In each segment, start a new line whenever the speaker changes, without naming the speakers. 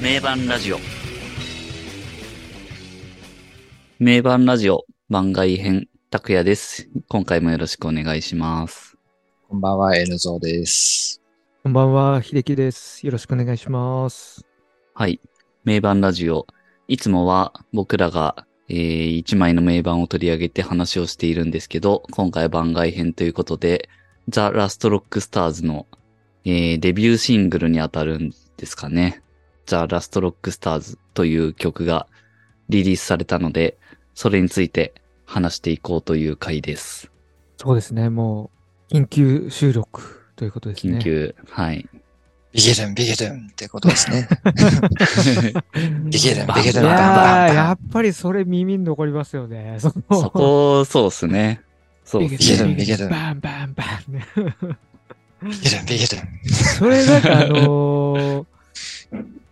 名盤ラジオ。名盤ラジオ番外編、拓也です。今回もよろしくお願いします。
こんばんは、N ゾーです。
こんばんは、秀樹です。よろしくお願いします。
はい。名盤ラジオ。いつもは僕らが、えー、1枚の名盤を取り上げて話をしているんですけど、今回は番外編ということで、ザ・ラスト・ロック・スターズの、えー、デビューシングルに当たるんですかね。ザ・ラスト・ロック・スターズという曲がリリースされたので、それについて話していこうという回です。
そうですね、もう、緊急収録ということですね。
緊急、 はい。
ビゲルン、ビゲルンってことです ね。ビゲルン、ビゲ
い
ルン、
や
バンバ
ー、
ン
や
バン。
っぱりそれ耳に残りますよね。その
そこ、そうですね。そうっす
いけるいける
バンバンバンね。
ビゲルン、ビゲルン。
それなんかあのー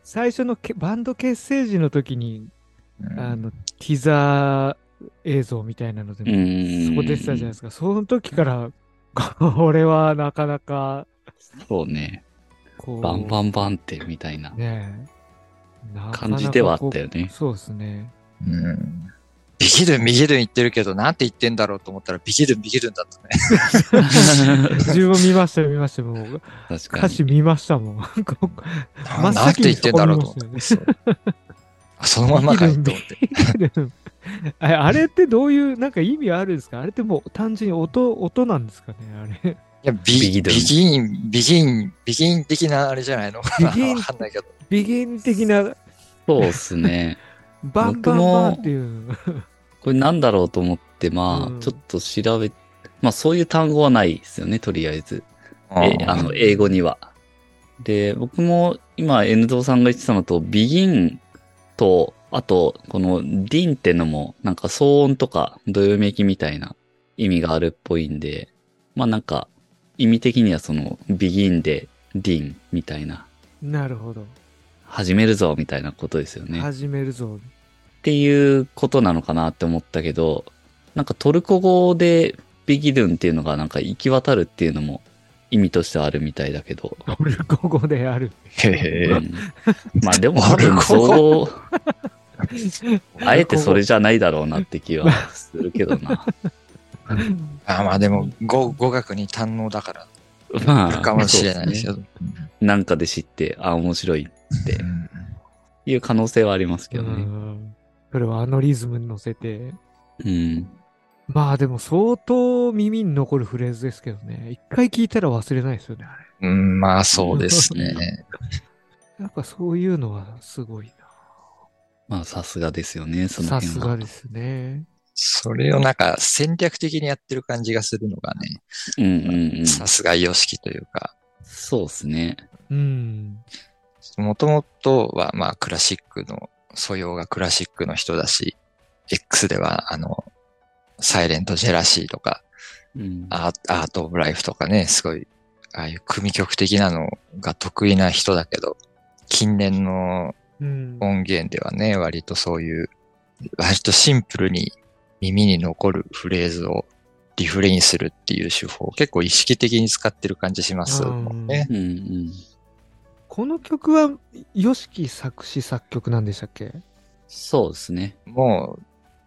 最初のけバンド結成時の時に、あの、ティザー映像みたいなので
う
も、
ん。
そこ出てたじゃないですか。その時から、これはなかなか、
そうね。
こう。
バンバンバンってみたい な。
ねえ。なかなかこう
感じではあったよね
そうですね。
うんビゲルン、ビゲルン言ってるけど、なんて言ってんだろうと思ったら、ビゲルン、ビゲルンだったね。
確
自分も見ましたよ、見ましたよ。もう
か
歌詞
に。
見ましたもん。こう真っ
なんて
先
言
に
ってんだろうと思
そこ
っ
見ま
て。
し
そうあそのままかいと思って。
あれあれってどういう、なんか意味あるんですかあれってもう単純に音、音なんですかねあれ。
いやビ
ビゲ
ビ
ルン
ギン、ビギン、ビギン的なあれじゃないのわ
ビギン
かんないけど。
ビギン的な、
そうっすね。
バンバンバンっていう。
これなんだろうと思って、ま
う
あ、
ん
ちょっと調べ、まあそういう単語はないですよね、とりあえず。え
うん
あの、英語には。で、僕も今、N ゾウさんが言ってたのと、begin と、あと、この din ってのも、なんか騒音とか、どよめきみたいな意味があるっぽいんで、まあなんか、意味的にはその、begin で din みたいな、
なるほど。
始めるぞみたいなことですよね。
始めるぞ。
っていうことなのかなって思ったけど、なんかトルコ語でビギドゥンっていうのがなんか行き渡るっていうのも意味としてはあるみたいだけど。
俺、ここである。
へ
う
え。
んまあでも多
トル
分
コ語
そう、あえてそれじゃないだろうなって気はするけど な。
あまあでも語、語学に堪能だから、
まあ、
かもしれないです
そう
よ。
っすねなんかで知って、あ、面白いって
うん
いう可能性はありますけど
う
ね。
んそれはあのリズムに乗せて。
うん。
まあでも相当耳に残るフレーズですけどね。一回聞いたら忘れないですよね、あれ。
うん、まあそうですね。
なんかそういうのはすごい
まあさすがですよね、そ
な。
の
さ
辺
す
は
が。ですね。
それをなんか戦略的にやってる感じがするのが
うんうんうん
ね、。さすが様式というか、
そうですね。
うん。
もともとはまあクラシックの、素養がクラシックの人だし、X ではあの、サイレントジェラシーとか、
うん
アーアートオブライフとかね、すごい、ああいう組曲的なのが得意な人だけど、近年の
うん。
音源ではね、割とそういう、割とシンプルに耳に残るフレーズをリフレインするっていう手法を結構意識的に使ってる感じしますもんね。
うんうん。
この曲は、ヨシキ作詞作曲なんでしたっ け
そうですね。
もう、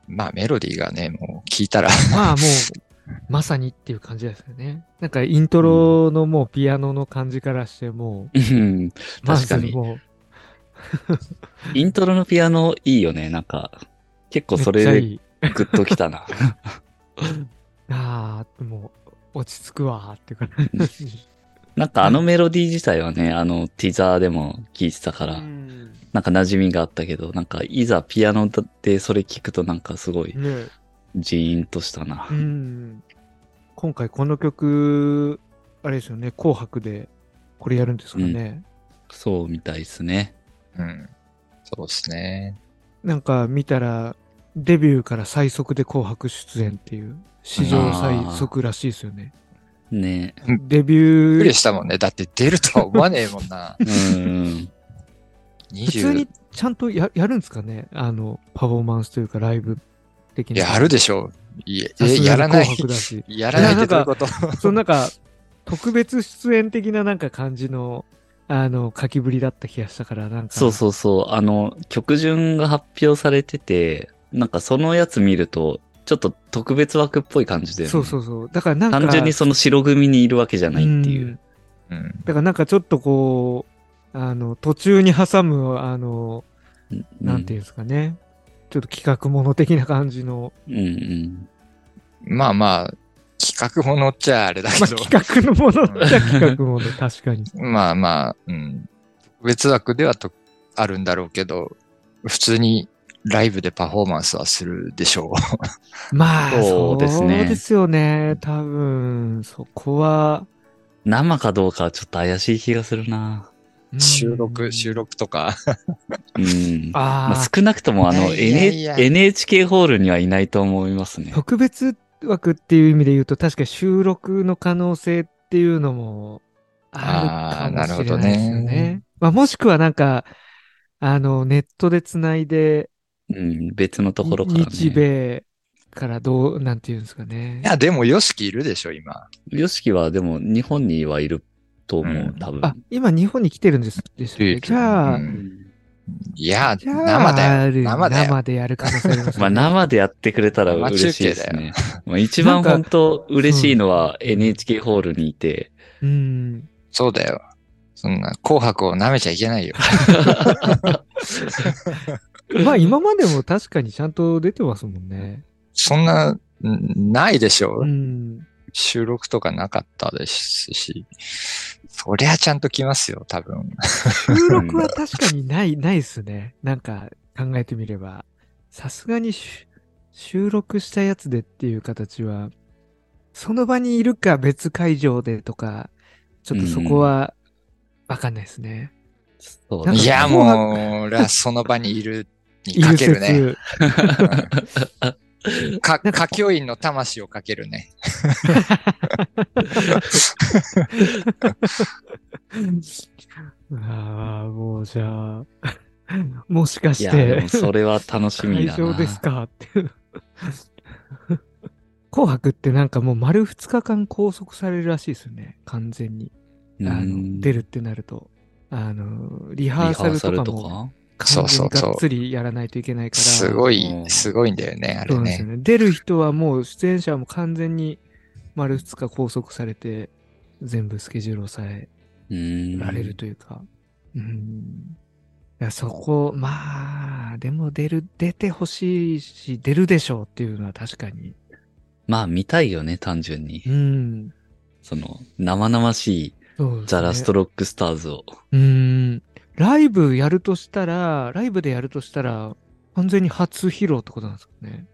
まあメロディーがね、もう聞いたら、
まあもう、まさにっていう感じですよね。なんかイントロのもうピアノの感じからしてもう、
うん
ま
確か
ず
に
もう、
イントロのピアノいいよね、なんか。結構それ
め
で
っちゃい
グ
い。
ッときたな。
ああ、もう、落ち着くわーっていう感じ。
なんかあのメロディー自体はね、あのティザーでも聴いてたから、
うん
なんか馴染みがあったけど、なんかいざピアノでそれ聞くとなんかすごい
ねえ
ジーンとしたな
う。ん。今回この曲、あれですよね、紅白でこれやるんですかね。
そうみたいですね。
うん、そうですね。
なんか見たら、デビューから最速で紅白出演っていう、史上最速らしいですよね。
ね
ー
デ
び
ビ
っ
ュ
く
ー
り、したもんね。だって出るとは思わねえもんな。
うん。
普通
20
に、ちゃんとややるんですかねあの、パフォーマンスというかライブ的
い
な。
やあるでしょう。いや
さすが
え
に
やらない。
紅。白だし
やらないってどういうこと
そのなんか、特別出演的ななんか感じのあの、書きぶりだった気がしたから、なんか。
そうそうそう。あの、曲順が発表されてて、なんかそのやつ見ると、ちょっと特別枠っぽい感じで、ね。
そうそうそう。だからなんか、
単純にその白組にいるわけじゃないってい
うん
う。
うん。
だからなんかちょっとこう、あの、途中に挟む、あの、なんていうんですかね。ちょっと企画もの的な感じの、
うんうん。
まあまあ、企画ものっちゃあれだけ
まあ、
ど、
企画のものじゃ企画もの、確かに。
まあまあ、うん。別枠ではとあるんだろうけど、普通にライブでパフォーマンスはするでしょ
まあ、
そうですね
そうですよね。多分、そこは。
生かどうかはちょっと怪しい気がするな。
う
う。
ん
収録、収録とか。
うん。ま
あ
あ
あ、
少なくともあの、
いやいや
NH- NHK ホールにはいないと思いますね。
特別枠っていう意味で言うと、確か収録の可能性っていうのもあるかもしれないですよ
あーなるほどね
ね。まあ、もしくはなんか、あの、ネットでつないで、
うん、別のところからね。
日米からどう、なんていうんですかね。
いや、でも、ヨシキいるでしょ、今。
ヨシキはでも日本にはいると思
う
う、
ん
多分。
あ、今日本に来てるんです、ですよね。じゃあ
う、
うんん
いや、
じゃあ
生だよ。
生
生だよ。
でやる可能性あります
まあ
ね。
生でやってくれたら嬉しいですね。まあ一
な
番
んか
本当嬉しいのは NHK ホールにいて、
うん。
そうだよ。そんな、紅白を舐めちゃいけないよ。
まあ今までも確かにちゃんと出てますもんね。
そんな、んないでしょ
う。ん。
収録とかなかったですし。そりゃちゃんと来ますよ、多分。
収録は確かにない、 ないっすね。なんか考えてみれば。さすがにし収録したやつでっていう形は、その場にいるか別会場でとか、ちょっとそこはわかんないですね。
そう
な
だ
んか
いや、
紅白
もう、俺はその場にい るにかける
い
ね。
る
うんか、歌教員の魂をかけるね。
説。 ああ、もうじゃあ、もしか
い
し
や、で
て
も。それは楽しみ
会
だ
場
な。
ですかっていう。紅白ってなんかもう丸2日間拘束されるらしいですよね、完全に。あ
うん。
の出るってなると。あの、リ
リ
ハ
ハ
ーサ
ー
ル
サル
とか
と
も
か
完全
そ
に
うそうそう
がっつりやらないといけないから。
すごい
うん、
すごいんだよね、あ
そ
れ
うなんですよ
ね。
ね。出る人はもう出演者も完全に丸2日拘束されて、全部スケジュールをさえ
うん。
られるというか。うん。いやそこ、まあ、でも出る、出てほしいし、出るでしょうっていうのは確かに。
まあ見たいよね、単純に
う。ん。
その、生々しい
そうですね
ザ・ラストロックスターズを。
うん。ライブやるとしたら、ライブでやるとしたら、完全に初披露ってことなんですかね。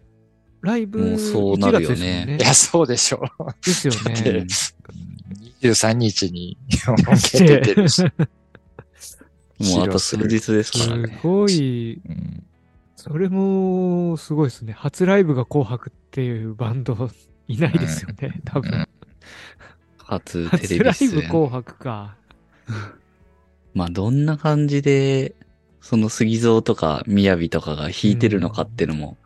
ライブ
もうそうな
1
る
月
よ
ですもん
ね
ね。
いや、そうでしょう。
ですよ
で
ね。
23日に受けてるし。
もうあと数日です
そ
から
す
ね。
ごい、
うん
それもすごいですね。初ライブが紅白っていうバンドいないですよね、多分。
初テ
初
レビ
ライ
出
ブ
演。
紅白か。
まあどんな感じで、その杉蔵とか雅とかが弾いてるのかってのも、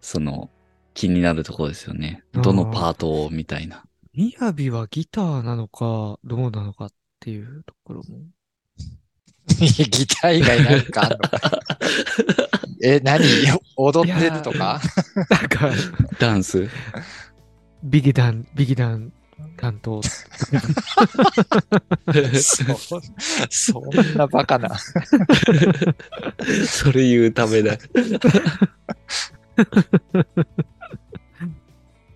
その気になるところですよね。
あー
どのパートをみたいな。
みやびはギターなのか、どうなのかっていうところも。
ギター以外なんかあんの かえ、何踊ってるとか
なんか、
ダンス。
ビギダン、ビギダン担当。
そそんなバカな。
それ言うためだ。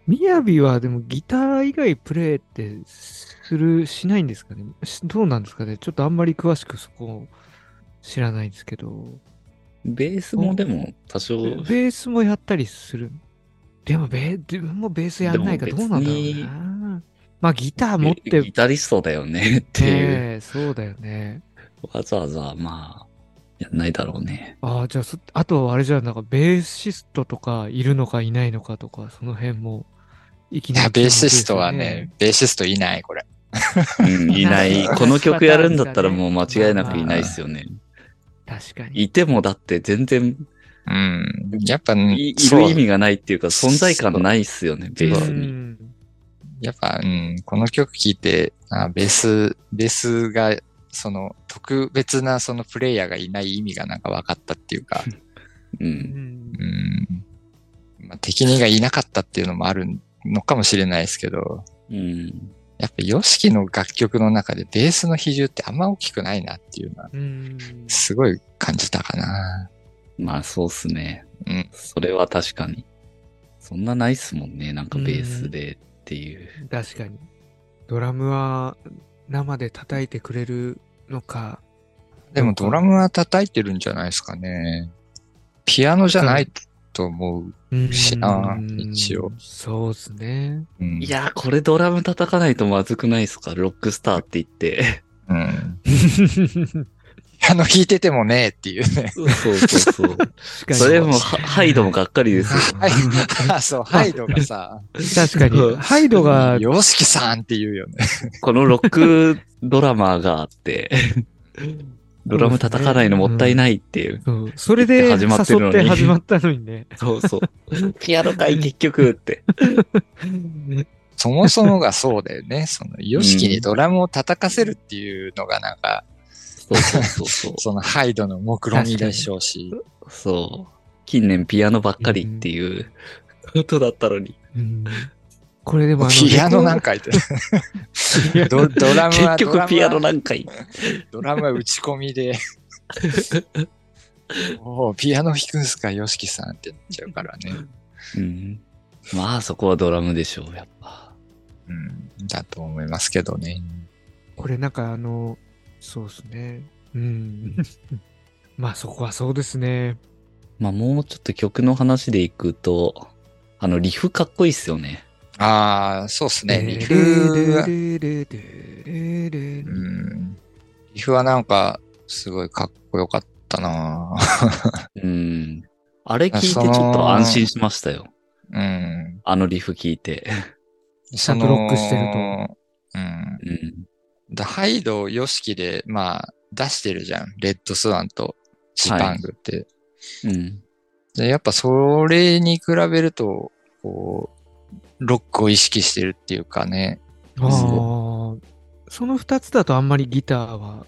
みやびはでもギター以外プレイってする、しないんですかねしどうなんですかねちょっとあんまり詳しくそこ知らないんですけど。
ベースもでも多少、
ベースもやったりする。でもベ、自分もベースやんないか
で
ど
も
うなんだろ
別
う
に
な。まあギター持って、
ギタリストだよねっていう、
ねえそうだよね。
わざわざまあ、やんないだろうね。
ああ、じゃあそ、あとはあれじゃん、なんかベーシストとかいるのかいないのかとか、その辺も、いき
い
な
や、
り
ベー
注目ですよ。
シストはね、ベーシストいない、これ。
うん、いない。この曲やるんだったらもう間違いなくいないですよね。
確か に。
いてもだって全然
うん。やっぱ、ね
いい
そう
る意味がないっていうか存在感ないっすよね、ベース
う
に。
ん
やっぱ、うん、この曲聴いて、あ、ベース、ベースがその特別なそのプレイヤーがいない意味がなんか分かったっていうか、
う。
うんん
う。ん、まあ、敵にがいなかったっていうのもあるのかもしれないですけど、
うん。
やっぱ YOSHIKI の楽曲の中でベースの比重ってあんま大きくないなっていうのは、
うん。
すごい感じたかな。
まあそうっすね。
うん。
それは確かに。そんなないっすもんね。なんかベースでっていう。
確かに。ドラムは生で叩いてくれるのか。
でもドラムは叩いてるんじゃないですかね。ピアノじゃないと思う。
うん
しな一応。
そうです ね。
うん、
いやー、これドラム叩かないとまずくないっすかロックスターって言って。
うん。ピアノ弾いててもねえっていう ね。
そうそうそう。 それもは、ハイドもがっかりですよ。
はい。あそう、ハイドがさ、
確か に。ハイドが、
ヨシキさんって言うよね。
このロックドラマーがあ って、ドラム叩かないのもったいないっていう。
そうそれで誘
始まってるの
っ
に
て始まったのにね。
そうそう。ピアノ会結局って。
そもそもがそうだよね。その、ヨシキにドラムを叩かせるっていうのがなんか、
そうそうそうそう。
そのハイドの目論見みでしょうし。
そう。近年ピアノばっかりっていうことだったのに。
うんこれでもあの、
ピアノなんか言ってるドドラムは
結局ピアノ
ドラム
な
は
んかい。
ドラムは打ち込みでおおピアノ弾くんすか YOSHIKI さんってなっちゃうからね、
うん。まあそこはドラムでしょう、やっぱ。
うん、だと思いますけどね
これなんかあの、そうですね。うん。 まあそこはそうですね。
まあもうちょっと曲の話でいくと、あの、リフかっこいいっすよね。
ああそうっすねリフは、
ー
うん、リフはなんかすごいかっこよかったな
うん。あれ聞いてち
そ
ょ
の
っと安心しましたよ。
うん
あのリフ聞いて。
その
ちゃんとロックしてると
うん
うん。
だハイド、ヨシキで、まあ、出してるじゃん。レッドスワンとジパングって。
うん。
でやっぱそれに比べると、こう、ロックを意識してるっていうかね。
あーその二つだとあんまりギターは、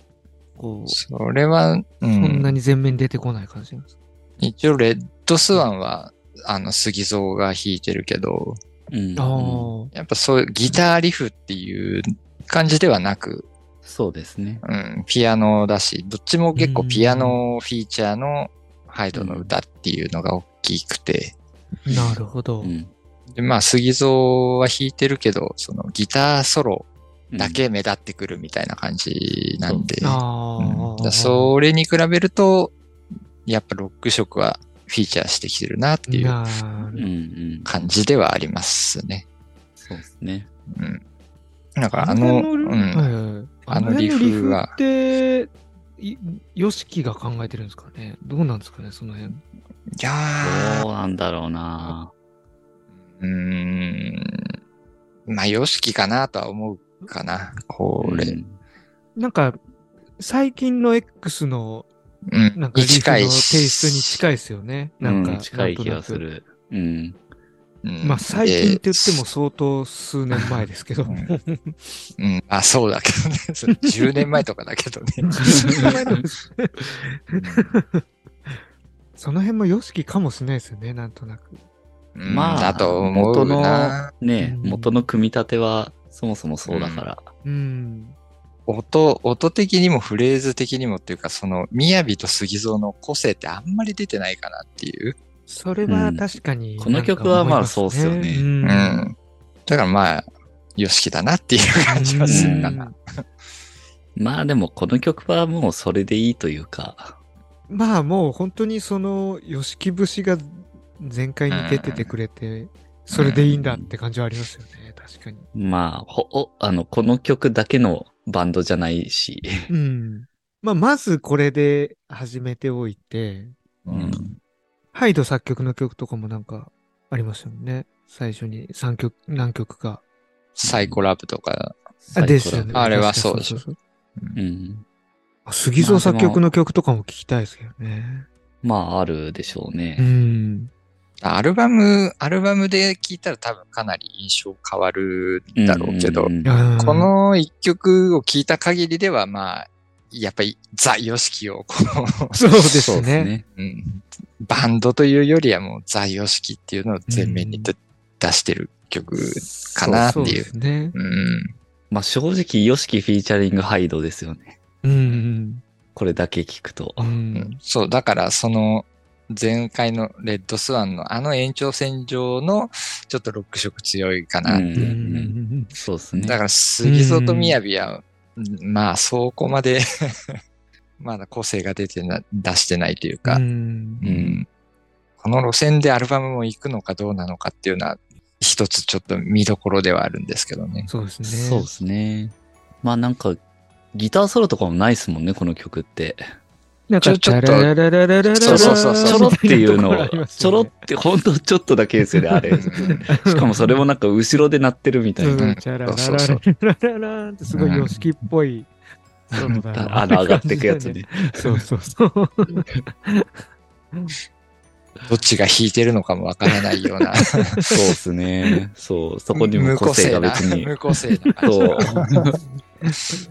こう、
それは、うん。
そんなに全面に出てこない感じなんですか
一応、レッドスワンは、あの、杉蔵が弾いてるけど、
うん。
あ
やっぱそういうギターリフっていう感じではなく、
そうですね。
うん、ピアノだし、どっちも結構ピアノフィーチャーのハイドの歌っていうのが大きくて、
あ、なるほど
う。ん。
で、まあ、杉蔵は弾いてるけど、そのギターソロだけ目立ってくるみたいな感じなんで、うん
あ
だ
あ。
それに比べると、やっぱロック色はフィーチャーしてきてるなっていう
なる
うん。うん。
感じではありますね。
そうですね。
うん。だからあの、う
辺
ん。
はいはい
あ
あ
の
の
リ
リ
フ
フ
は
って、いヨシキが考えてるんですかねどうなんですかねその辺。
いやー
どうなんだろうな
うーん。まあ、ヨシキかなとは思うかな。こ
う
れ。
ん
なんか、最近の X の、
うん。
なんか、リフの
近
テ
い
イ
し
ストに近いですよね。なんか、
うん近い気がす
なんとな
る。うん。
う
く。
ん
まあ、最近っ
で
て言っても相当数年前ですけど。
うんうん、あ、そうだけどね。 それ10年前とかだけ どね。
その辺もヨシキかもしれないですよね、なんとなく。
うん
まあ
だと思うな。
ね
うん
元の組み立てはそもそもそうだから。
うん。
音、音的にもフレーズ的にもっていうか、その、雅と杉蔵の個性ってあんまり出てないかなっていう。
それは確かに、
うんこの曲はまあそうっすよね
うん。だからまあ、よしきだなっていう感じはするかな。
うん
まあでもこの曲はもうそれでいいというか。
まあもう本当にその、吉木節が全開に出ててくれて、それでいいんだって感じはありますよね、確かに。
まあ、ほ、おあの、この曲だけのバンドじゃないし。
うん。まあまずこれで始めておいて、
うん
ハイド作曲の曲とかもなんかありましたよね。最初に3曲、何曲か。
サイコラブとか、
あ
最高だ
ですよね。
あれはそうでしょ
確かにそう
うん。
あ杉蔵作曲の曲とかも聞きたいですけどね。
まあ、あるでしょう
う
ね。
ん。
アルバム、アルバムで聴いたら多分かなり印象変わるんだろうけど、
ん
うん
こ、の一曲を聴いた限りではまあ、やっぱりザ・ヨシキをこう、
そうです
そうで
ね。
すね。
うんバンドというよりはもうザ・ヨシキっていうのを前面に出出してる曲かなって
そう
い
で
う。
すね。
うん。
まあ正直、ヨシキフィーチャリングハイドですよね。
うん
これだけ聞くと
うん。う。ん。
そう、だからその前回のレッドスワンのあの延長線上のちょっとロック色強いかな。
うん
うんうんうん
そうですね。
だから杉蔵と雅は、まあそこまで、 まだ個性が出てな、出してないというか、
うん
うんこの路線でアルバムも行くのかどうなのかっていうのは、一つちょっと見どころではあるんですけど ね。
そうですね。
そうですね。まあなんか、ギターソロとかもないですもんね、この曲って。
なんか、
ちょちょっと
ダラララララララ
そうそうそうそう
ちょろっていうの
みたいなところあ
を
りま、す
ちょ
よ
ろ
ね
って、ほんとちょっとだけですよね、あれ。し
う
かもそれもなんか後ろで鳴ってるみたいな。
うん、チャラララララララってすごい様式っぽい。そうだな
あの上がってくやつね。
そうそうそう。
んどっちが弾いてるのかもわからないような。
そうですね。そう。そこにも
無
個性が別
な
に。
無個性な感じ
そう。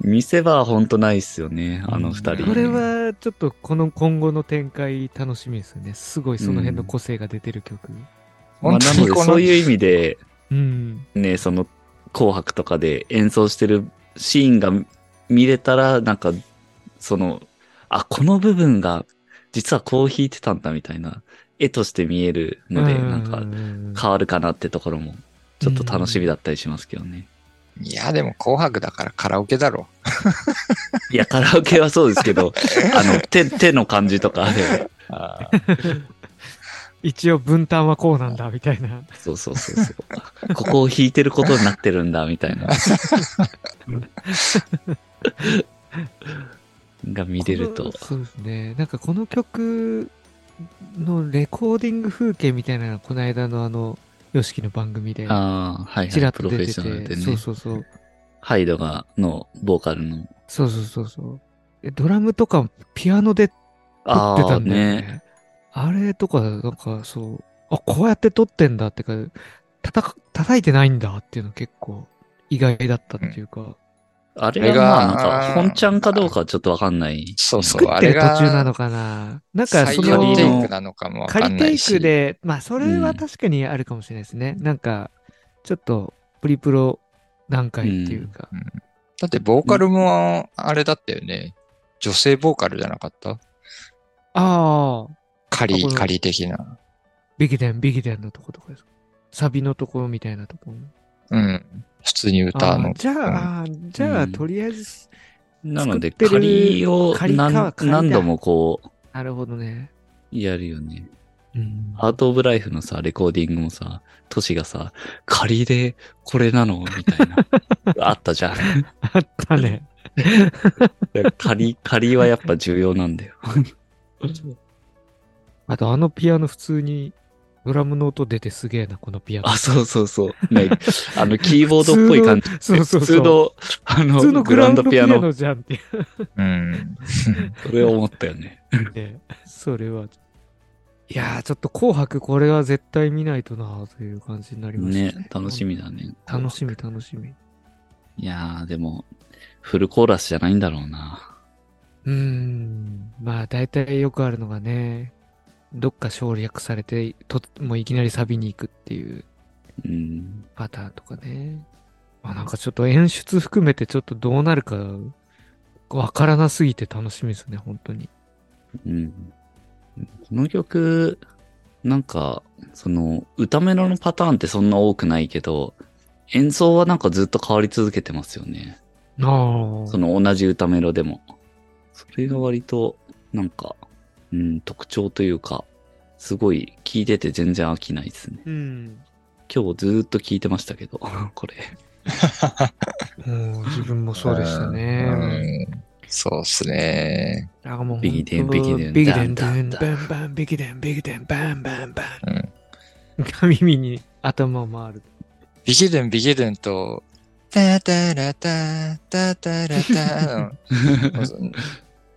見せ場はほんとないっすよね、あの二人。
これはちょっとこの今後の展開楽しみですよね。すごいその辺の個性が出てる曲。
まあ、
本
な
当
の
に
で、
この
そういう意味で、
うん。
ね、その、紅白とかで演奏してるシーンが見れたら、なんか、その、あ、この部分が、実はこう弾いてたんだみたいな、絵として見えるので、なんか、
か、
変わるかなってところも、ちょっと楽しみだったりしますけどね。
いや、でも紅白だからカラオケだろ。
いや、カラオケはそうですけ ど、あの、手、手の感じとかで、
一応分担はこうなんだ、みたいな。
そうそうそうそう。 ここを弾いてることになってるんだ、みたい な。が見れる
ことの。そうですね。なんかこの曲のレコーディング風景みたいなのがこの間のあの、ヨシキの番組で、
ああ、はい、
ち
は
らっ
い。プ
と
ロフ
出
ェッ
て
ショナルで
て、
ね。
そうそうそう。
ハイドが、の、ボーカルの。
そうそうそうそう。えドラムとかピアノで 撮
あ
ってた
あ、
んだよね。
ね。
あれとか、なんかそう、あ、こうやって撮ってんだってか、叩か、叩いてないんだっていうの結構意外だったっていうか、
あれが、まあ、なん
あ
か、
ー
本ちゃんかどうかちょっとわかんない。
そうそう
作ってる
あれが
途中なのかななんかそ
採
の
用テ
の
イク
の、
なのかもわか
仮
んな
テ
い
イ
し。
クで、まあそれ
う
は
ん
確かにあるかもしれないですね。なんか、ちょっとプリプロ段階っていうか、
だってボーカルもあれだったよね。女性ボーカルじゃなかった
ああ、あ
仮
こ、の
仮的な。
ビギデン、ビギデンのとことかですか。サビのところみたいなところ。
うん。普通に歌
あ
の
ー。じゃあ、あーじゃ
う
あ、
ん
とりあえず、
なので、
作ってる
仮を
仮か
何
仮だ
何度もこう、
なるほどね。
やるよね。
うん
アートオブライフのさ、レコーディングもさ、トシがさ、仮でこれなのみ たいな。あったじゃん。
あったね。
仮、 仮はやっぱ重要なんだよ。
あとあのピアノ普通にドラムの音出てすげえな、このピアノ。
あ、そうそうそう。ね、あの、キーボードっぽい感じ。
そうそうそう。
普通の、あの、
普通の
グ
グ
ラウ
ラウ
ン
ン
ド
ド
ピ
ピ
ア
ア
ノ。
ノじゃんっていう
うん。
それを思ったよね。
ねそれは。いやー、ちょっと紅白これは絶対見ないとなという感じになりまし
ね
たね。、
楽しみだね。
楽しみ、楽しみ。
いやー、でも、フルコーラスじゃないんだろうな。
うーん。まあ、大体よくあるのがね、どっか省略されて、ともういきなりサビに行くっていう
うん。
パターンとかね。まあなんかちょっと演出含めてちょっとどうなるかわからなすぎて楽しみですね、本当に。
うん。この曲、なんか、その、歌メロのパターンってそんな多くないけど、演奏はなんかずっと変わり続けてますよね。
あ
その同じ歌メロでも。それが割と、なんか、うん、特徴というか、すごい聴いてて全然飽きないですね。
うん。
今日ずーっと聴いてましたけど、 こ れ。
もう自分もそうでした
う
ね。
んそうっすね。
あもう本当
ビギデンビギデン
ビギデン、
ダ
ダ
ン
ン
ダン
バンバン、ビギデン、ビギデン、バンバンバン。
うん
耳に頭回る。
ビギルン、ビギルンと、タタラタ、タタラ タの。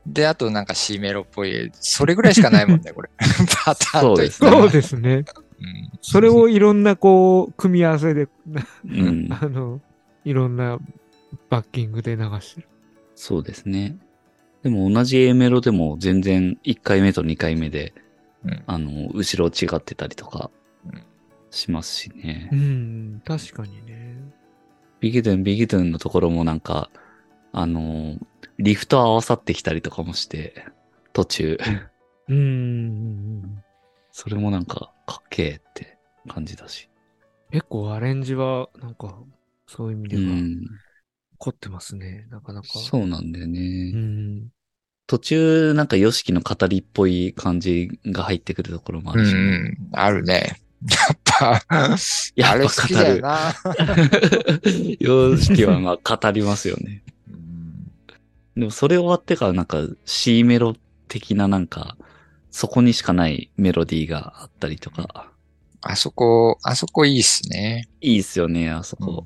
で、あとなんか C メロっぽい。それぐらいしかないもん ね、これ。パターンといったら
そうですね。
うん
それをいろんなこう、組み合わせで、
うん。
あの、いろんなバッキングで流してる。
そうですね。でも同じ A メロでも全然1回目と2回目で、
うん
あの、後ろ違ってたりとか
うん
しますしね。
うん、確かにね。
ビギドゥン、ビギドゥンのところもなんか、あの、リフト合わさってきたりとかもして、途中。
うんうんうん。
それもなんか、かっけえって感じだし。
結構アレンジは、なんか、そういう意味で
う
は、
ん。
凝ってますね、なかなか。
そうなんだよね。
うん。
途中、なんか、ヨシキの語りっぽい感じが入ってくるところもあ
うん
るし、
うん、あるね。やっぱ、
やっぱ
あれ好きだよな。
ヨシキはまあ語りますよね。
うん
でもそれ終わってからなんか C メロ的ななんか、そこにしかないメロディーがあったりとか、
あそこ、あそこいいっすね。
いいっすよね、あそこ。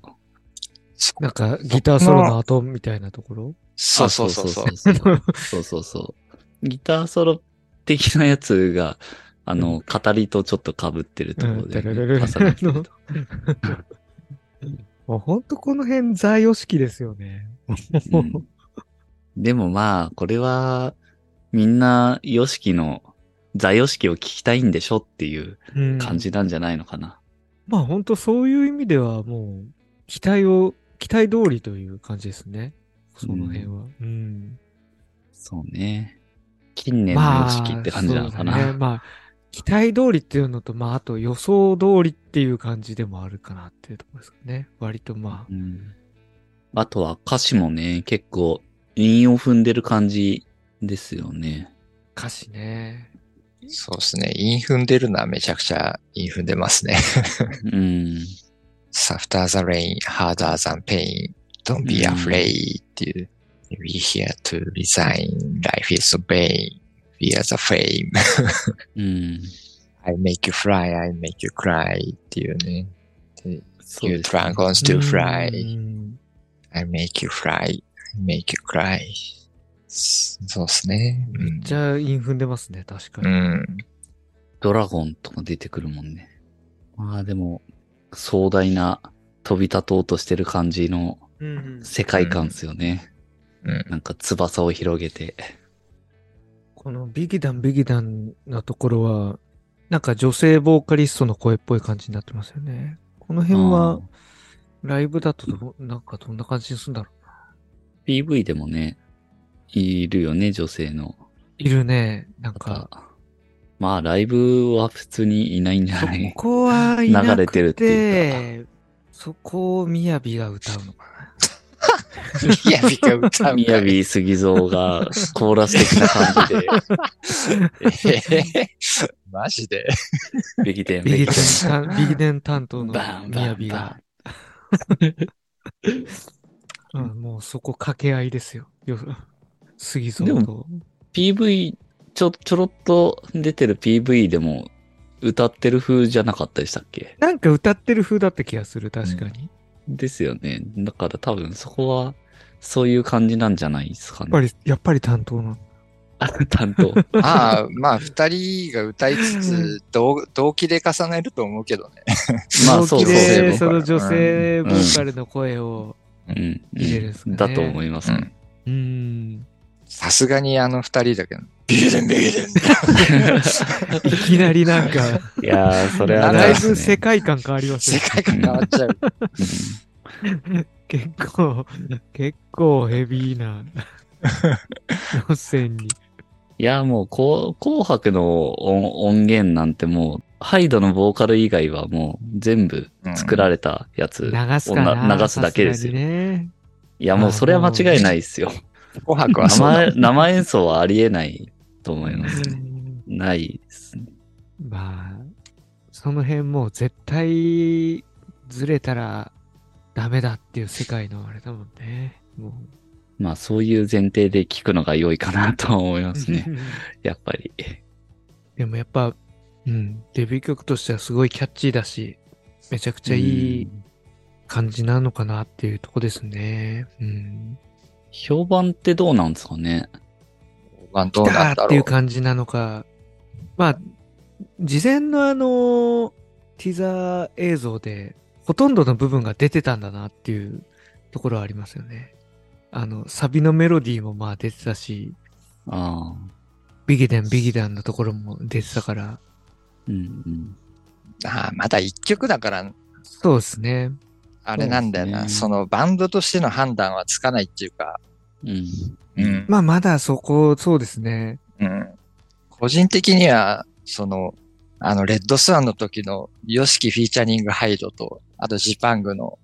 なんか、ギターソロの後みたいなところ
そうそうそうそう。
そうそうそうそうそう。ギターソロ的なやつが、あの、語りとちょっと被ってるところで、
うんテレレレレ
重なってると
もうほんとこの辺、ザ・ヨシキですよね。
うんでもまあ、これは、みんな、ヨシキの、ザヨシキを聞きたいんでしょっていう
うん
感じなんじゃないのかな。
まあ本当そういう意味ではもう期待を、期待通りという感じですね。その辺は。うん。
そうね。近年の
ま
ヨ
あ、
シキって感じなのかな。
そうだねまあ、期待通りっていうのと、まああと予想通りっていう感じでもあるかなっていうところですかね。割とまあ。
うんあとは歌詞もね、結構、韻を踏んでる感じですよね。
歌詞ね。
そうですね。インフン出るのはめちゃくちゃインフン出ますね。
うん。
Softer the rain, harder than pain. Don't be
うん
afraid っていう。We here to resign. Life is a pain. We are the fame.
うん。
I make you fly, I make you cry っていうね。で
そう
You
ですね
dragons to
Hmm. う
fly.
ん
I make you fly, I make you cry. そうですね。う
めっ
ん
ちゃイン踏んでますね、確か
う
に。
ん。
ドラゴンとか出てくるもんね。まあでも、壮大な飛び立とうとしてる感じの
うん
世界観ですよね。
うん
なんか翼を広げて。
このビギダンビギダンのところは、なんか女性ボーカリストの声っぽい感じになってますよね。この辺は、ライブだとど、なんかどんな感じにするんだろう。
PV でもね、いるよね、女性の
いるね。なん
方
か、。
まあライブは普通にいないんじゃない
ここはいなくて、
流れてるってい
そこをみやびが歌うのか な。
みやびが歌う
み
か
や
い。
び杉蔵がコーラス的な感じ で、
えへ へマジで。
ビギテン、
ビギデン
ン。
担、 ビギデン担当の
バン、
み
バ
や
ン、
び
バ
が。うん、もうそこ掛け合いですよ。よ 杉蔵
で
と。
ン。PV、ちょ、ちょろっと出てる PV でも、歌ってる風じゃなかったでしたっけ
なんか歌ってる風だった気がする、確かに。やっ
ですよね。だから多分そこは、そういう感じなんじゃないですか
ぱ
ね。
り、やっぱり担当なの。
あ 担当。
まあ、まあ、二人が歌いつつ、同同期で重ねると思うけどね。
まあそうそう
同期で
そう
その女性ボーカルの声を。
うん。
入れるんすかね
だと思いますね。
うん。
さすがにあの二人だけど。ビギデンビギデン
いきなりなんか、
いやー、 それは
だ
ないですね
ぶ世界観変わります
世
よ。
界観変わっちゃう。
結構、結構ヘビーな路線に。
いや、もう、こう紅白の音音源なんてもう、ハイドのボーカル以外はもう全部作られたやつ、
流すかな。
女流すだけです
さ
よ。
がにね。
いや、もうそれは間違いないですよ。
紅白はそう
生
だ。
生演奏はありえないと思います。
うん
ないですね。
まあ、その辺もう絶対ずれたらダメだっていう世界のあれだもんね。も
まあ、そういう前提で聞くのが良いかなとは思いま
う
すね。やっぱり。
でもやっぱ、うん、デビュー曲としてはすごいキャッチーだし、めちゃくちゃいい
うん
感じなのかなっていうとこですね。うん。
評判ってどうなんですかね。
まあどうな
だ
んだ
って
ろ
いうう。感じなのか。まあ、事前のあの、ティザー映像で、ほとんどの部分が出てたんだなっていうところはありますよね。あの、サビのメロディーもまあ出てたし、
ああ。
ビギダン、ビギダンのところも出てたから、
うんうん。
ああ、まだ一曲だから、
そうですね。
あれなんだよな。
そう
そ
ですね
のバンドとしての判断はつかないっていうか、
うん。
うん。
まあまだそこ、そうですね。
うん、個人的には、その、あの、レッドスワンの時のヨシキフィーチャリングハイドと、あとジパングの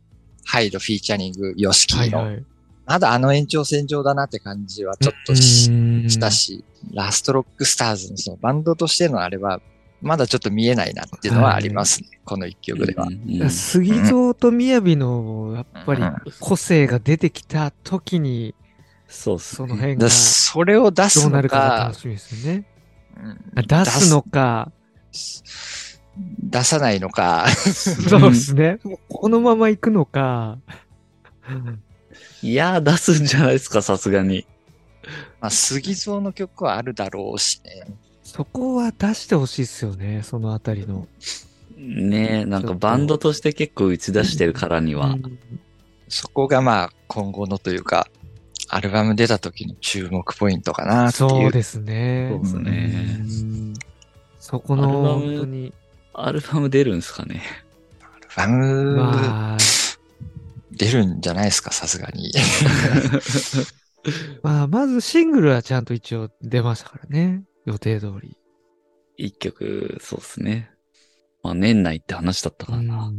ハイドフィーチャリングヨシキの、
はいはい。
まだあの延長線上だなって感じはちょっとし
し
したし、ラストロックスターズのそのバンドとしてのあれは、まだちょっと見えないなっていうのはありますね、この一曲では。
うん
杉蔵と雅の、やっぱり
うん
個性が出てきた時に、
そうっす
そ
ね。
の辺
だ
が
それを出
ど
す
うな
の
るかが
か
楽、しみですよね。
うん
あ出すのか、
出さないのか、
そうですね。もうこのまま行くのか、
いやー、出すんじゃないですか、さすがに。
まあ、杉蔵の曲はあるだろうしね。
そこは出してほしいですよね、そのあたりの。
ねえ、なん
ちょ
か
っと
バンドとして結構打ち出してるからには
う。ん
そこがまあ、今後のというか、アルバム出た時の注目ポイントかなってい
そう
う。
ですね。
そうですね
うんそこ
ア
の、
ルバム
本当に、
アルバム出るんすか ね。
アルバム
まあ、
出るんじゃないですか、さすがに。
まあ、まずシングルはちゃんと一応出ましたからね。予定通り。
一曲、そうっすね。まあ、年内って話だったからな。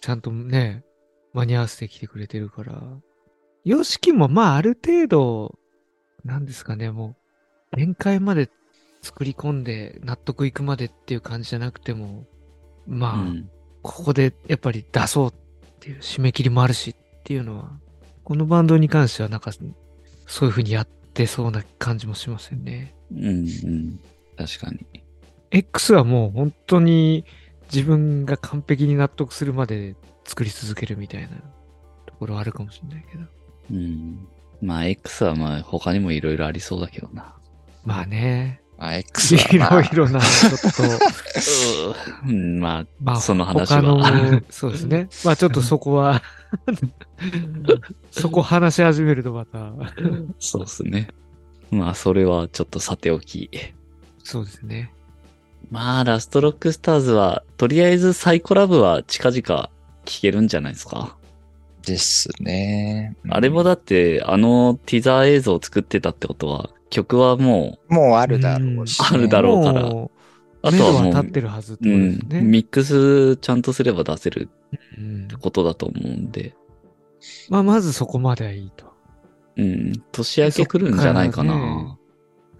ちゃんとね、間に合わせてきてくれてるから。ヨシキもまあある程度、なんですかね、もう、限界まで作り込んで、納得いくまでっていう感じじゃなくても、ま
う
あ、
ん。
ここでやっぱり出そうっていう締め切りもあるしっていうのは、このバンドに関してはなんか、そういう風にやってそうな感じもしますよね。
うん、うん。確かに。
X はもう本当に自分が完璧に納得するまで作り続けるみたいなところはあるかもしれないけど。
うん。まあ、X はまあ、他にもいろいろありそうだけどな。
まあね、
まあ、X はいま
ろい
あ、
ろな、ちょっと、
うん、まあ、
まあ、
その話
他
は
の、そうで すね。まあちょっとそこは、そこ話し始めるとまた、
そうっすね。まあ、それはちょっとさておき。
そうですね。
まあ、ラストロックスターズは、とりあえずサイコラブは近々聴けるんじゃないですか。
ですね。
あれもだって、あのティザー映像を作ってたってことは、曲はも
もうあるだろうし、
うんあるだろうから
も
う、
う、
あ
目
と
処
は
は
もう、
立ってるはずって
う
ことです
ん、
ね。
ミックスちゃんとすれば出せる
うん
ことだと思うんで、
まあまずそこまではいいと。
うん、年明け来るんじゃないかな。
そっからね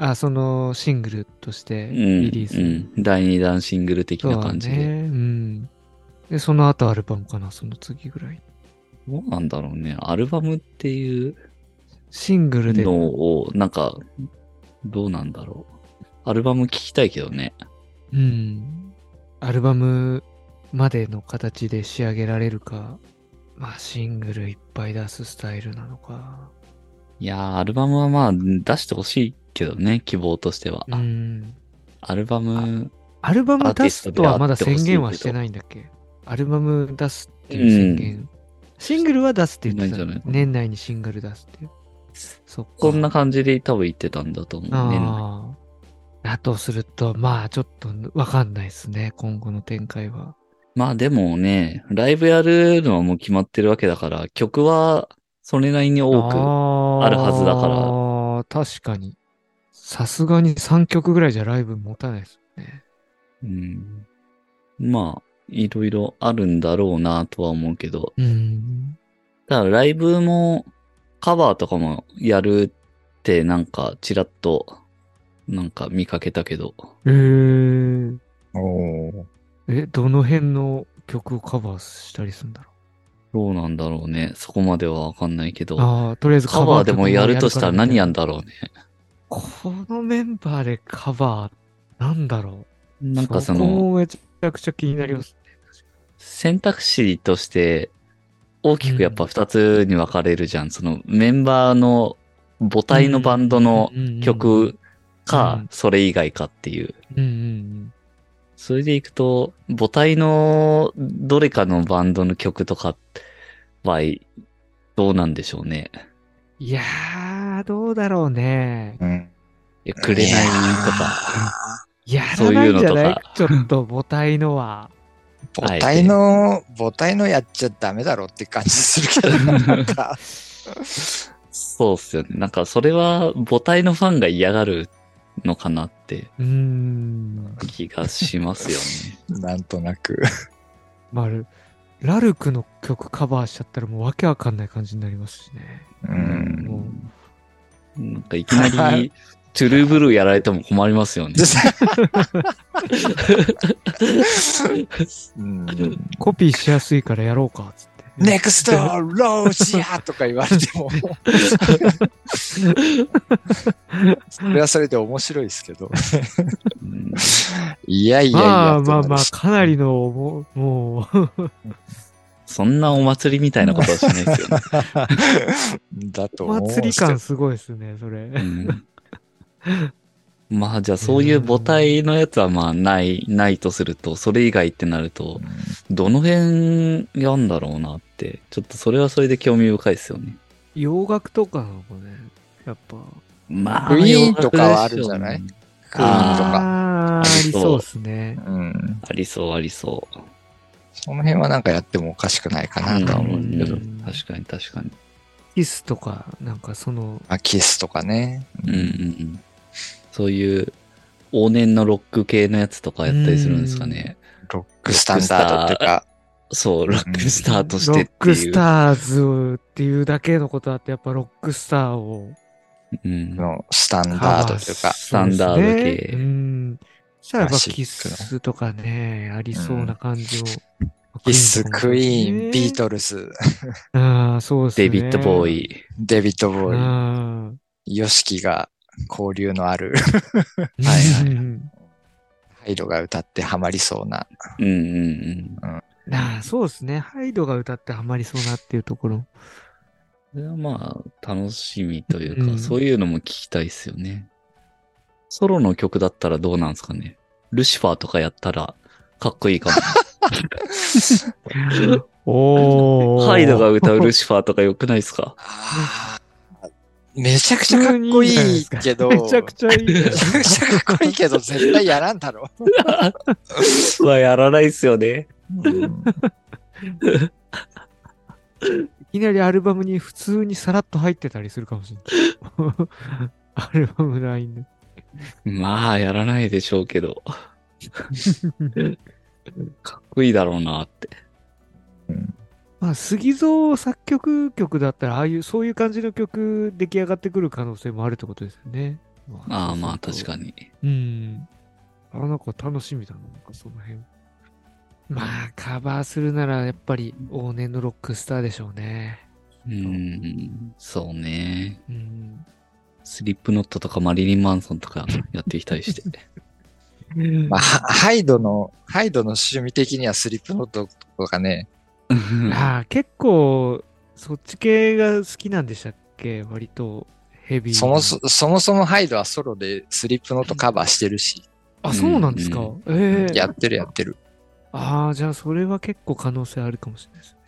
あ、そのシングルとして
うん、
リリース。
うん、第2弾シングル的
そう
な
だ
感じで。
ね。うん。で、その後アルバムかな、その次ぐらい。
どうなんだろうね。アルバムっていう
シングルで。
のを、なんか、どうなんだろう。アルバム聴きたいけどね。
うん。アルバムまでの形で仕上げられるか、まあシングルいっぱい出すスタイルなのか。
いやー、アルバムはまあ出してほしいけどね、希望としては。
うん。
アルバム、
アルバム出すとはま
ア
だ
ーティストであってほしいけど
宣言はしてないんだっけアルバム出すっていう宣言。
う
シングルは出すって言ってた
ないんじゃない。
年内にシングル出すっていう。そっか
こんな感じで多分言ってたんだと思うね。
ああ。だとすると、まあちょっとわかんないですね、今後の展開は。
まあでもね、ライブやるのはもう決まってるわけだから、曲はそれなりに多く。
く
あるはずだから
ら。確かに。さすがに3曲ぐらいじゃライブ持たないですよね。
うん、まあ、いろいろあるんだろうなとは思うけど、
うん。
ただライブもカバーとかもやるってなんかちらっとなんか見かけたけど、
えー、
おー
え、どの辺の曲をカバーしたりするんだろ
どうなんだろうね。そこまではわかんないけど
う。。ああ、とりあえず
カバーでもやるとしたら何や
ん
んだろうね。
このメンバーでカバー、なんだろう。
なんかそ
こ
の、
もめちゃくちゃ気になりますね。
選択肢として、大きくやっぱ二つに分かれるじゃん。そのメンバーの母体のバンドの曲
うんう
か
ん、
それ以外かっていう。
うんうんうん。
それでいくと、母体のどれかのバンドの曲とかは、どうなんでしょうね。
いやー、どうだろうね。
うん。
え、くれないとか。
や
そう
ら
いう
な
の
いんじ
と
ゃ
か
ないちょっと母体のは。
母体の、母体のやっちゃダメだろって感じするけどな、なんか。
そうっすよね。なんか、それは母体のファンが嫌がるのかなって
うーん。
気がしますよね。
なんとなく。
まあ、ラルクの曲カバーしちゃったらもうわけわかんない感じになりますしね。
うん。
も
うんなんか、いきなり、トゥルーブルーやられても困りますよね。
うん
うコピーしやすいからやろうか、つって。
ネクストローシアとか言われても、それはそれで面白いですけど。
うん
いやいやいや。
まあまあまあ、
と
かなりの、もう、もう
そんなお祭りみたいなことはしないですよね。
思うんですけど。だと
お
思う。
祭り感すごいですね、それ。
うんまあ、じゃあ、そういう母体のやつはまあ、ない、ないとすると、それ以外ってなると、どの辺やんだろうなって、ちょっとそれはそれで興味深いですよね。
洋楽とかなのかね。やっぱ。
ま
あウィーンとかはあるんじゃないクイーンとか。
あーありそうですね。
うん。
ありそう、ありそう。
その辺はなんかやってもおかしくないかなとは思うけど。
うん
確かに、確かに。
キスとか、なんかその、
まあ、キスとかね。
うんうんうん。そういう、往年のロック系のやつとかやったりするんですかね。
ロックスタンダードっていうか、
そう、ロックスターとし
ロ
てっ
ッ
て
ク
い
ス
う。
ターズっていうだけのことあって、やっぱロックスターを
うん。
のスタン
カ
ダ
バ
ード
ー
っていうか、
するんですね
スタンダード系
うん。そしたらやっぱ
クラシ
キ
ックな
スとかね、ありそうな感じを。
キス、クイーン、ビー
ル
トルズ、
ズ。ああ、そうです
デ
ね。
ビッド・ボーイ。
デビッド・ボ
う
ー
ん。
イ、ヨシキが交流のある、
はい
はい
ハイドが歌ってハマりそうな。
うんうん
なあ、そうですね。ハイドが歌ってハマりそうなっていうところ。
うん。それはまあ、楽しみというか、
うん
そういうのも聞きたいですよね。ソロの曲だったらどうなんですかね。ルシファーとかやったら、かっこいいか
お
も。
ー。
ハイドが歌うルシファーとか良くないですか
あーめちゃくちゃかっこいいけど、
めちゃくちゃいい。
めちゃくちゃかっこいいけど、絶対やらんだろう。
はやらないですよね。
いきなりアルバムに普通にさらっと入ってたりするかもしれない。 アルバムラインで。
まあ、やらないでしょうけ ど。かっこいいだろうなって。
まあ、杉蔵作曲曲だったら、ああいう、そういう感じの曲出来上がってくる可能性もあるってことですよね。
ああ、まあ、確
に。
かに。
うん。あ、なんか楽しみだな、なんかその辺。まあ、カバーするなら、やっぱり往年のロックスターでしょうね。
うん、そうね。
うん。
スリップノットとかマリリン・マンソンとかやっていきたり して。
まあ、ハハイドの、ハイドの趣味的にはスリップノットとかね、
ああ、結構、そっち系が好きなんでしたっけ割とヘビーな。
そもそそもそもハイドはソロでスリップノットカバーしてるし、
あ、そうなんですか。
うん
ええ
やってるやってる。
ああ、じゃあそれは結構可能性あるかもしれないですね。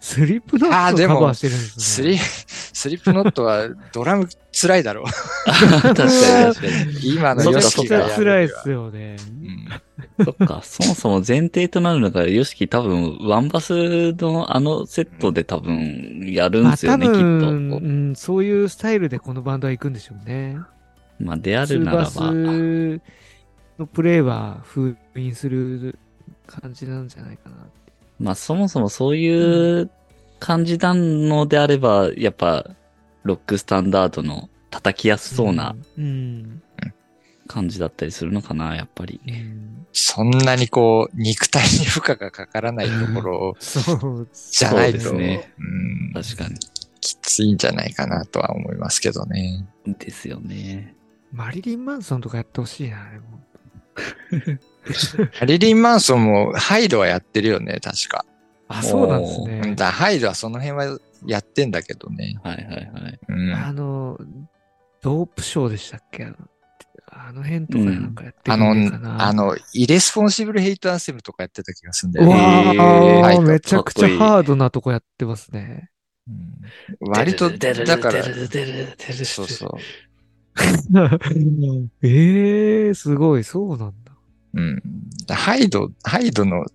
スリップノ
あ
ッ
あ
ト
で
をカ
も
バーしてるんですね。
スリ、 スリップノットはドラム辛いだろう。
確かに確かに。
今の
そっ
ヨ
か
め
シ
ち
そ
ゃ
っか
キ
くち
がやるに
ゃ
は
辛いっすよね。
うん
そっか、そもそも前提となるのが、ヨシキ多分、ワンバスのあのセットで多分、やるん
まあ
ですよ
多
ね、きっ
分、う
と。
ん、そういうスタイルでこのバンドは行くんでしょうね。
まあ、であ
ツ
る
ー
なら
バ
ば、
スのプレイは封印する感じなんじゃないかな。
まあ、そもそもそういう感じなのであれば、やっぱ、ロックスタンダードの叩きやすそうな。
うん。
感じだったりするのかな、やっぱり。
うん
そんなにこう、肉体に負荷がかからないところ
そう
じゃないと、
そうですね
うん
確かに。
きついんじゃないかなとは思いますけどね。
ですよね。
マリリン・マンソンとかやってほしいな、でも。
ハリリン・マンソンもハイドはやってるよね、確か。
あ、そうなんです
うん
ね。
だハイドはその辺はやってんだけどね。
はいはいはい。
うん、
あ
あ
の、ドープショーでしたっけあのあの辺とかなんかやってく
の
んねえか、な。
あの、イレスポンシブル・ヘイト・アンセムとかやってた気がするんだ
う
よ
え
ね。
わ
ー
ー、
はい
めちゃくちゃ
かっこいい
ハードなとこやってますね。
うん割と、
出る
だから
出、る出る出る出る
そうそう。
ええすごい、そうなんだ。
うん。ハイド、ハイドの、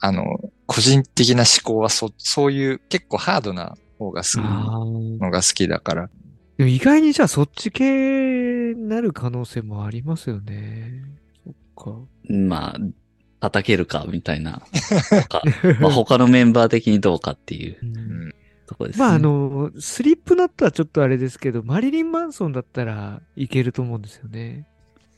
あの、個人的な思考はそ、そういう結構ハードな方が好き
あー
のが好きだから。
でも意外にじゃあそっち系になる可能性もありますよね。そっ
まあ、叩けるか、みた いな。
か。
まあ、他のメンバー的にどうかっていう
うん
とこですね。
まああ、の、スリップナットはちょっとあれですけど、マリリン・マンソンだったらいけると思うんですよね。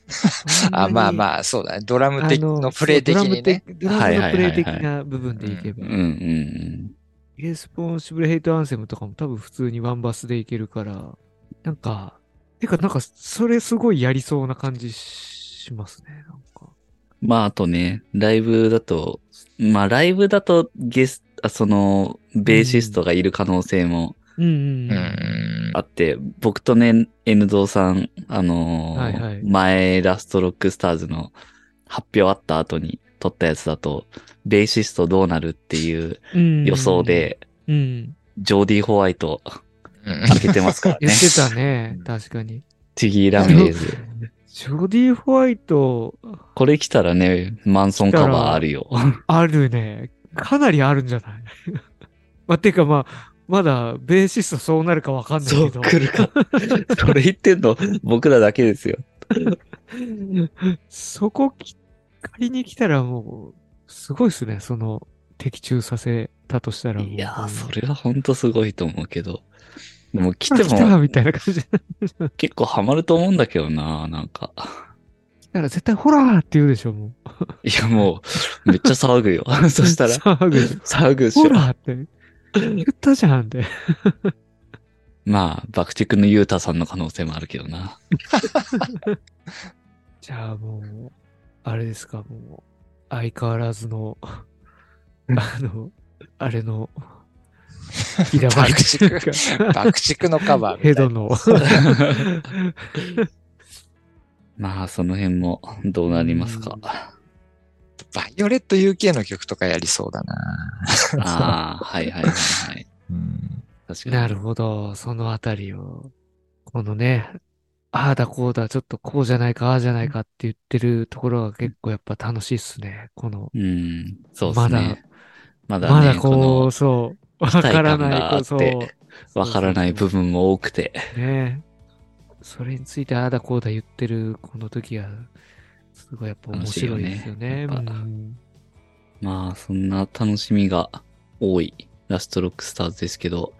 あ、まあ
あ
まあ、そうだね。ドラ
ん
ム
なに、
的のプレイ的にね。
そう。ドラム的ドラムのプレイ的
はいはい
な部分でいけば
うん。うん
レスポンシブルヘイトアンセムとかも多分普通にワンバスでいけるから、なんか、てかなんかそれすごいやりそうな感じしますね、なんか。
うん。まあ、あとね、ライブだと、まあ、ライブだとゲスあその、ベーシストがいる可能性も
うんうん
う
うんん。
あって、僕とね、N ゾーさん、あのー
はいはい
前、ラストロックスターズの発表あった後に撮ったやつだと、ベーシストどうなるっていう
うん
予想。で、
うん。
ジョーディ・ホワイト、
うん
開けてますからね。
言ってたね、確かに。
ティギー・ラミレーズ。
ジョディ・ホワイト、
これ来たらね、マンソンカバーあるよ。
あるね。かなりあるんじゃない まあ、てかまあ、まだベーシストそうなるかわかんない
そう、
けど。
来るか。 それ言ってんの、僕らだけですよ。
そこき、仮に来たらもう、すごいっすね。その、的中させたとしたらもう。
いやー、それはほんとすごいと思うけど。でも来
来
て
て
も
みたいな感じで。
結構ハマると思うんだけどな、なんか。
来たら絶対ホラーって言うでしょ、もう。
いや、もう、めっちゃ騒 ぐよ。そしたら、
騒ぐでしょ
騒ぐっし
ホ
ょ。
ラーって。言ったじゃんって。
まあ、爆竹のユータさんの可能性もあるけどな。
じゃあもう、あれですか、もう、相変わらずの、あの、あれの、 ひだまりというか
爆竹のカバーみた
ヘ
いな
ドの。
まあ、その辺もどうなりますか。
バイオレット UK の曲とかやりそうだな。
ああ、はいはいはいはい。
うん
確かに。
なるほど、そのあたりを、このね、ああだこうだ、ちょっとこうじゃないか、ああじゃないかって言ってるところが結構やっぱ楽しいっすね。この、
うん、そうですね。まだ、
ま
ね、
だ
こ
こう、
の
そう、わ
期待
から
感
ない、
があっ
こう、
て
そう。
わからない部分も多くて。
ねえ。それについてああだこうだ言ってるこの時は、すごいやっぱ面白いですよね。
楽しいよね
うん
まあ、そんな楽しみが多いラストロックスターズですけど、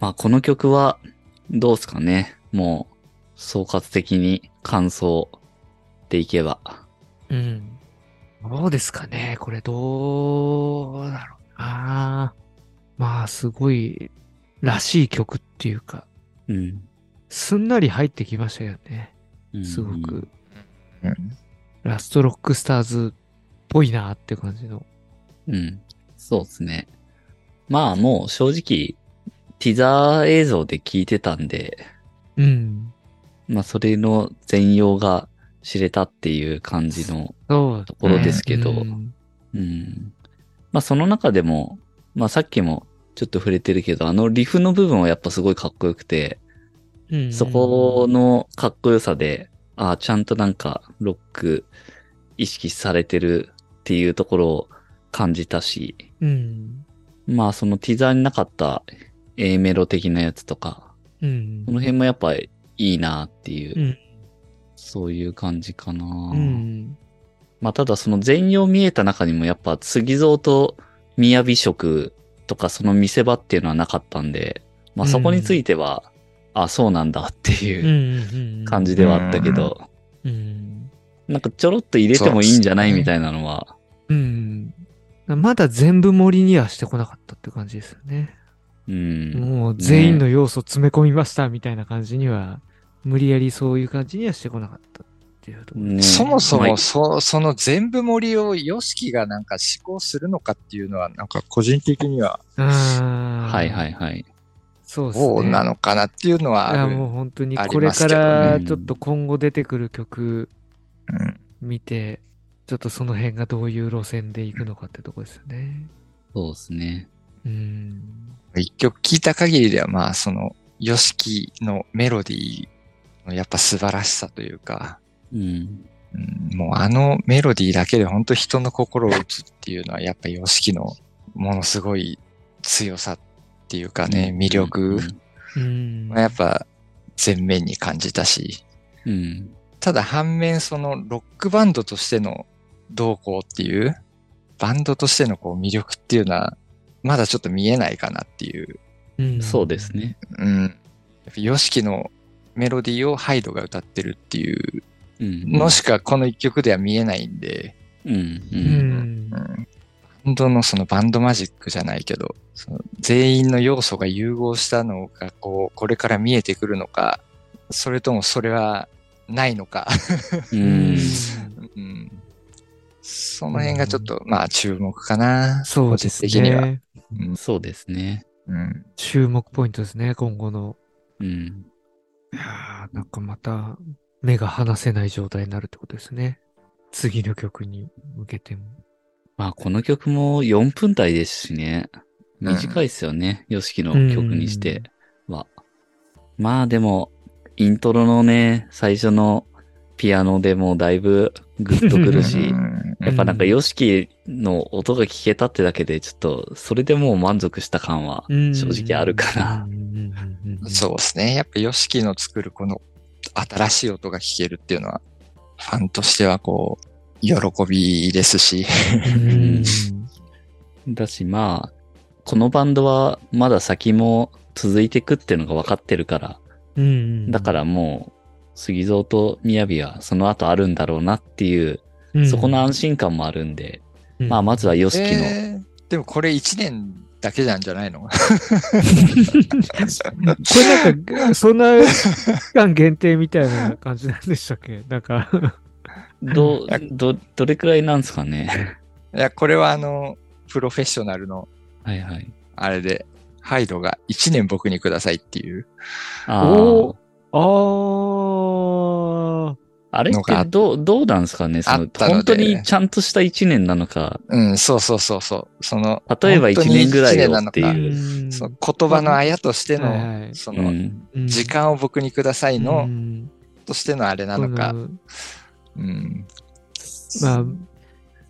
まあ、この曲はどうですかね。もう、総括的に感想でいけば。
うん。どうですかねこれどうだろうなまあ、すごい、らしい曲っていうか、
うん。
すんなり入ってきましたよね。
うん
すごく。。
うん
ラストロックスターズっぽいなって感じの。
うん。そうですね。まあ、もう正直、ティザー映像で聞いてたんで、
うん。
まあ、それの全容が知れたっていう感じの
そう。
ところですけど、
うん
うん。まあその中でも、まあさっきもちょっと触れてるけど、あのリフの部分はやっぱすごいかっこよくて、
うん
そこのかっこよさで、ああ、ちゃんとなんかロック意識されてるっていうところを感じたし、
うん。
まあそのティザーになかった A メロ的なやつとか、
うん
こ。の辺もやっぱいいなっていう、
うん
そういう感じかな。
うん。
まあ、ただその全容見えた中にもやっぱ杉蔵と雅食とかその見せ場っていうのはなかったんで、まあ、そこについては、あ、そうなんだって
うんう
いうん
うん。
感じではあったけど、
うん。
なんかちょろっと入れてもいいんじゃないみたいなのは、
うん。まだ全部盛りにはしてこなかったって感じですよね。
うん、
もう全員の要素詰め込みましたみたいな感じには、無理やりそういう感じにはしてこなかったっていうところ。
ね
そもそ
まあ
もそ、その全部盛りを YOSHIKI がなんか思考するのかっていうのは、なんか個人的には
あー
はいはいはい。
そうですね。
どうなのかなっていうのはい
や
ある。
もう本当に
ある
これか
あ
ら
りますけどね
ちょっと今後出てくる曲
うん
見て、ちょっとその辺がどういう路線で行くのかってとこですよね。
そうですね。
うん。
一曲聴いた限りでは、まあ、その、ヨシキのメロディーのやっぱ素晴らしさというか、
うん。
うんもうあのメロディーだけで本当人の心を打つっていうのは、やっぱヨシキのものすごい強さっていうかね、魅力
うん。
はやっぱ前面に感じたし、
うん。
ただ反面そのロックバンドとしての動向っていう、バンドとしてのこう魅力っていうのは、まだちょっと見えないかなっていう
うん
そうです。ね。
うん。やっぱ、ヨシキのメロディーをハイドが歌ってるっていう
うん。
のしかこの一曲では見えないんで、
うん。う。
うんん。
本当のそのバンドマジックじゃないけど、その全員の要素が融合したのがこう、これから見えてくるのか、それともそれはないのか、
う
うん
ん。
うん。その辺がちょっと、まあ注目かな。
そうです
個人的には。
ね。
そうですね。
うん。
注目ポイントですね、今後の。
うん。
いやーなんかまた、目が離せない状態になるってことですね。次の曲に向けても。
まあ、この曲も4分台ですしね。
うん
短いですよね。ヨシキの曲にしては。まあ、でも、イントロのね、最初のピアノでもだいぶグッとくる
嬉
し
う、ん
やっぱなんかヨシキの音が聞けたってだけで、ちょっと、それでもう満足した感は正直あるから。
ら
そうですね。やっぱ YOSHIKI の作るこの新しい音が聴けるっていうのは、ファンとしてはこう、喜びですし。
うん。
だしまあ、このバンドはまだ先も続いていくっていうのが分かってるから、
うん
だか、らもう、杉蔵と雅はその後あるんだろうなっていう、
うん
そこの安心感もあるんで、
うん
まあまずは YOSHIKI の、
えーでもこれ1年だけなんじゃないの
これなんか、そんな期間限定みたいな感じなんでしたっけなんか、
ど、ど、どれくらいなんですかね。
いや、これはあの、プロフェッショナルの、
はいはい。
あれで、ハイドが1年僕にくださいっていう。
あ
お
ー
ーあー、
あれっ
のがあ
て
っ
どう、どうなんですかねそ
あ
の
ったので
本当にちゃんとした一年なのか、
うん、そうそうそうそう。その、
例えば
本当
一
に
年ぐらい
一
よ
年な
っ
の
て
か
いう。
その言葉のあやとしての、
はいはい
そうの、
ん。
時間を僕にくださいの、
うん
としてのあれなのか
こ。の
うん。
まあ、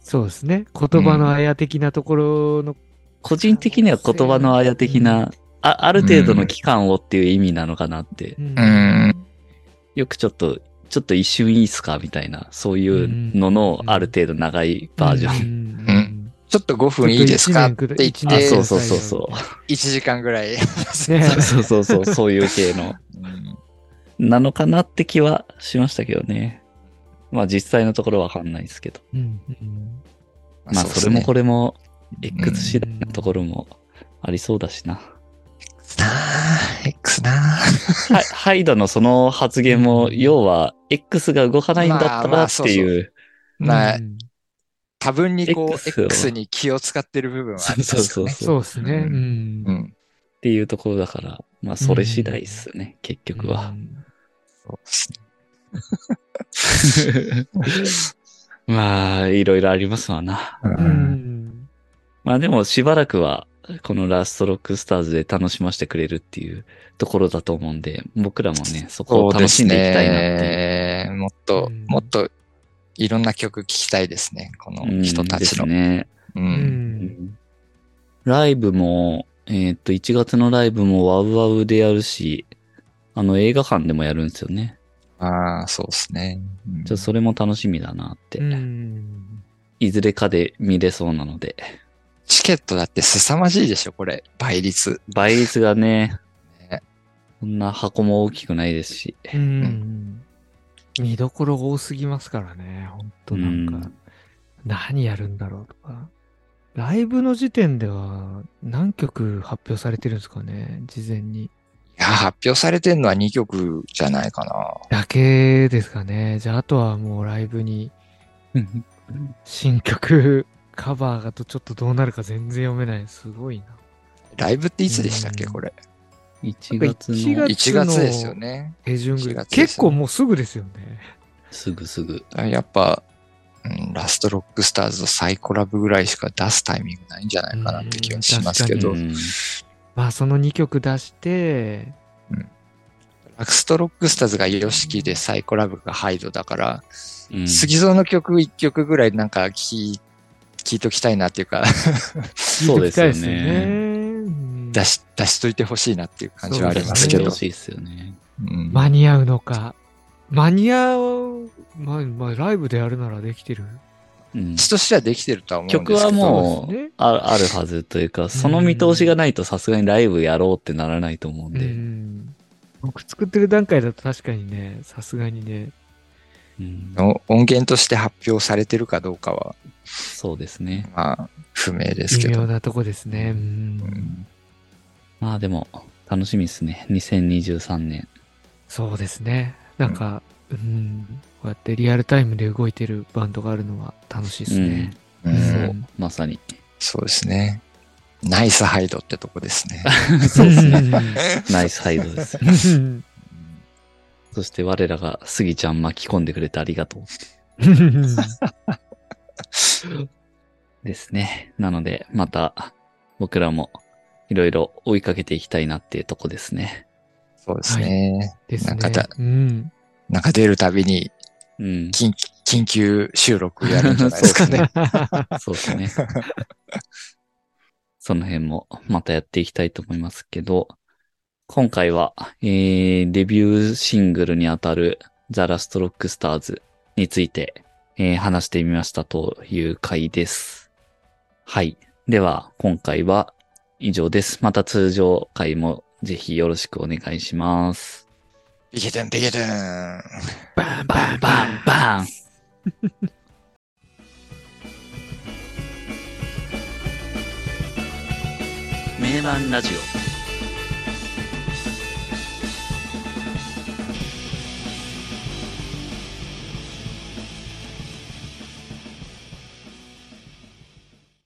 そうですね。言葉のあや的なところの、
個人的には言葉のあや的な、あある程度の期間をっていう意味なのかなって、
うん
うん。
よくちょっと、ちょっと一瞬いいっすかみたいな、そういうのの
うん
ある程度長いバージョン。
ン
うんちょっと5分いいですかって言っ
うん
あ、
て、
そうそうそうそ
1時間ぐらい。
う。 ね
う。 そうそうそう、そういう系の、なのかなって気はしましたけどね。まあ実際のところわかんないですけど。
うんうん
まあそれもこれも、X 次第なところもありそうだしな。
なあ、X なあ。
はハイドのその発言も、
うん
要は、X が動かないんだった
まあま
ら
あ
っ
そう
て
そう
いう。
まあ
うん
多分にこう、
X を
X に気を使ってる部分はありますよね。
そうそう
そうですね。
うん
うん
うん。
っていうところだから、まあ、それ次第っすね、結局は。まあ、いろいろありますわな。
う
うんん
まあ、でも、しばらくは、このラストロックスターズで楽しませてくれるっていうところだと思うんで、僕らもね、そこ
そ
を
う
楽
で
し
す
んでいきたいなっていう。
ね。もっと
う、ん
もっといろんな曲聴きたいですね。こ
うん
の人たち
で。
の
すね。
う
うんん
ライブも、えーっと、1月のライブもワウワウでやるし、あの、映画館でもやるんですよね。
ああ、そうですね。うん
ちょ、それも楽しみだなって。
うん
いずれかで見れそうなので。
チケットだって凄まじいでしょ、これ。倍率。
倍率が ね
ね、
こんな箱も大きくないです し。
うん見どころが多すぎますからね。本当なんか、何やるんだろうとか。ライブの時点では何曲発表されてるんですかね事前に。
いや、発表されてんのは2曲じゃないかな。
だけですかね。じゃあ、あとはもうライブに新曲カバーがとちょっとどうなるか全然読めない。すごいな。
ライブっていつでしたっけ、
うん
これ。
1月
1
の
月
1月ですよね。
手順ぐ
4
ら
月で
い。
すね
結構もうすぐですよね。
すぐすぐ。
やっぱ、うん、ラストロックスターズとサイコラブぐらいしか出すタイミングないんじゃないかなって気はしますけ
う
ど、
ん
ラ
まあその2曲出して、
ストロックスターズが YOSHIKI でサイコラブがハイドだから、
うん
杉蔵の曲1曲ぐらいなんか聞い聞いときたいなっていうか
そうですよ
聞いてみたいです
ね。
うん
出し、出しといてほしいなっていう感じはあります
出して
け
ほ。
ど
しいですよね。
うん
間に合うのか。間に合う、まあ、まあ、ライブでやるならできてる。
うん
詩としてはできてるとは思うんですけ
曲
ど。
はも
そう
う
ですね
ああるはずというか、その見通しがないとさすがにライブやろうってならないと思うん
う
で。
ん。僕作ってる段階だと確かにね、さすがにね。
うん
の音源として発表されてるかどうかは、
そうですね。
まあ、不明です
微
け
妙
ど。
なとこですね。
う
うん
ん
まあでも、楽しみですね。2023年。
そうですね。なんか、うん、こうやってリアルタイムで動いてるバンドがあるのは楽しいですね。
う
うん
ん
そう、まさに。
そうですね。ナイスハイドってとこですね。
そうですね。
ね。
ナイスハイド です。そして我らがスギちゃん巻き込んでくれてありがとう。ですね。なので、また僕らもいろいろ追いかけていきたいなっていうとこですね。
そうですね。
です
な
ね
んかだ。
うん。
なんか出るたびに
うん。
緊緊急収録やるんじゃないですか ね。
そうですね。その辺もまたやっていきたいと思いますけど、今回は、えー、デビューシングルにあたるザ・ラスト・ロック・スターズについて、えー話してみましたという回です。はい。では、今回は以上です。また通常回もぜひよろしくお願いします。
ビゲドゥン、ビゲドゥン。
バンバンバ
バ
ン
ンバン名盤ラジオ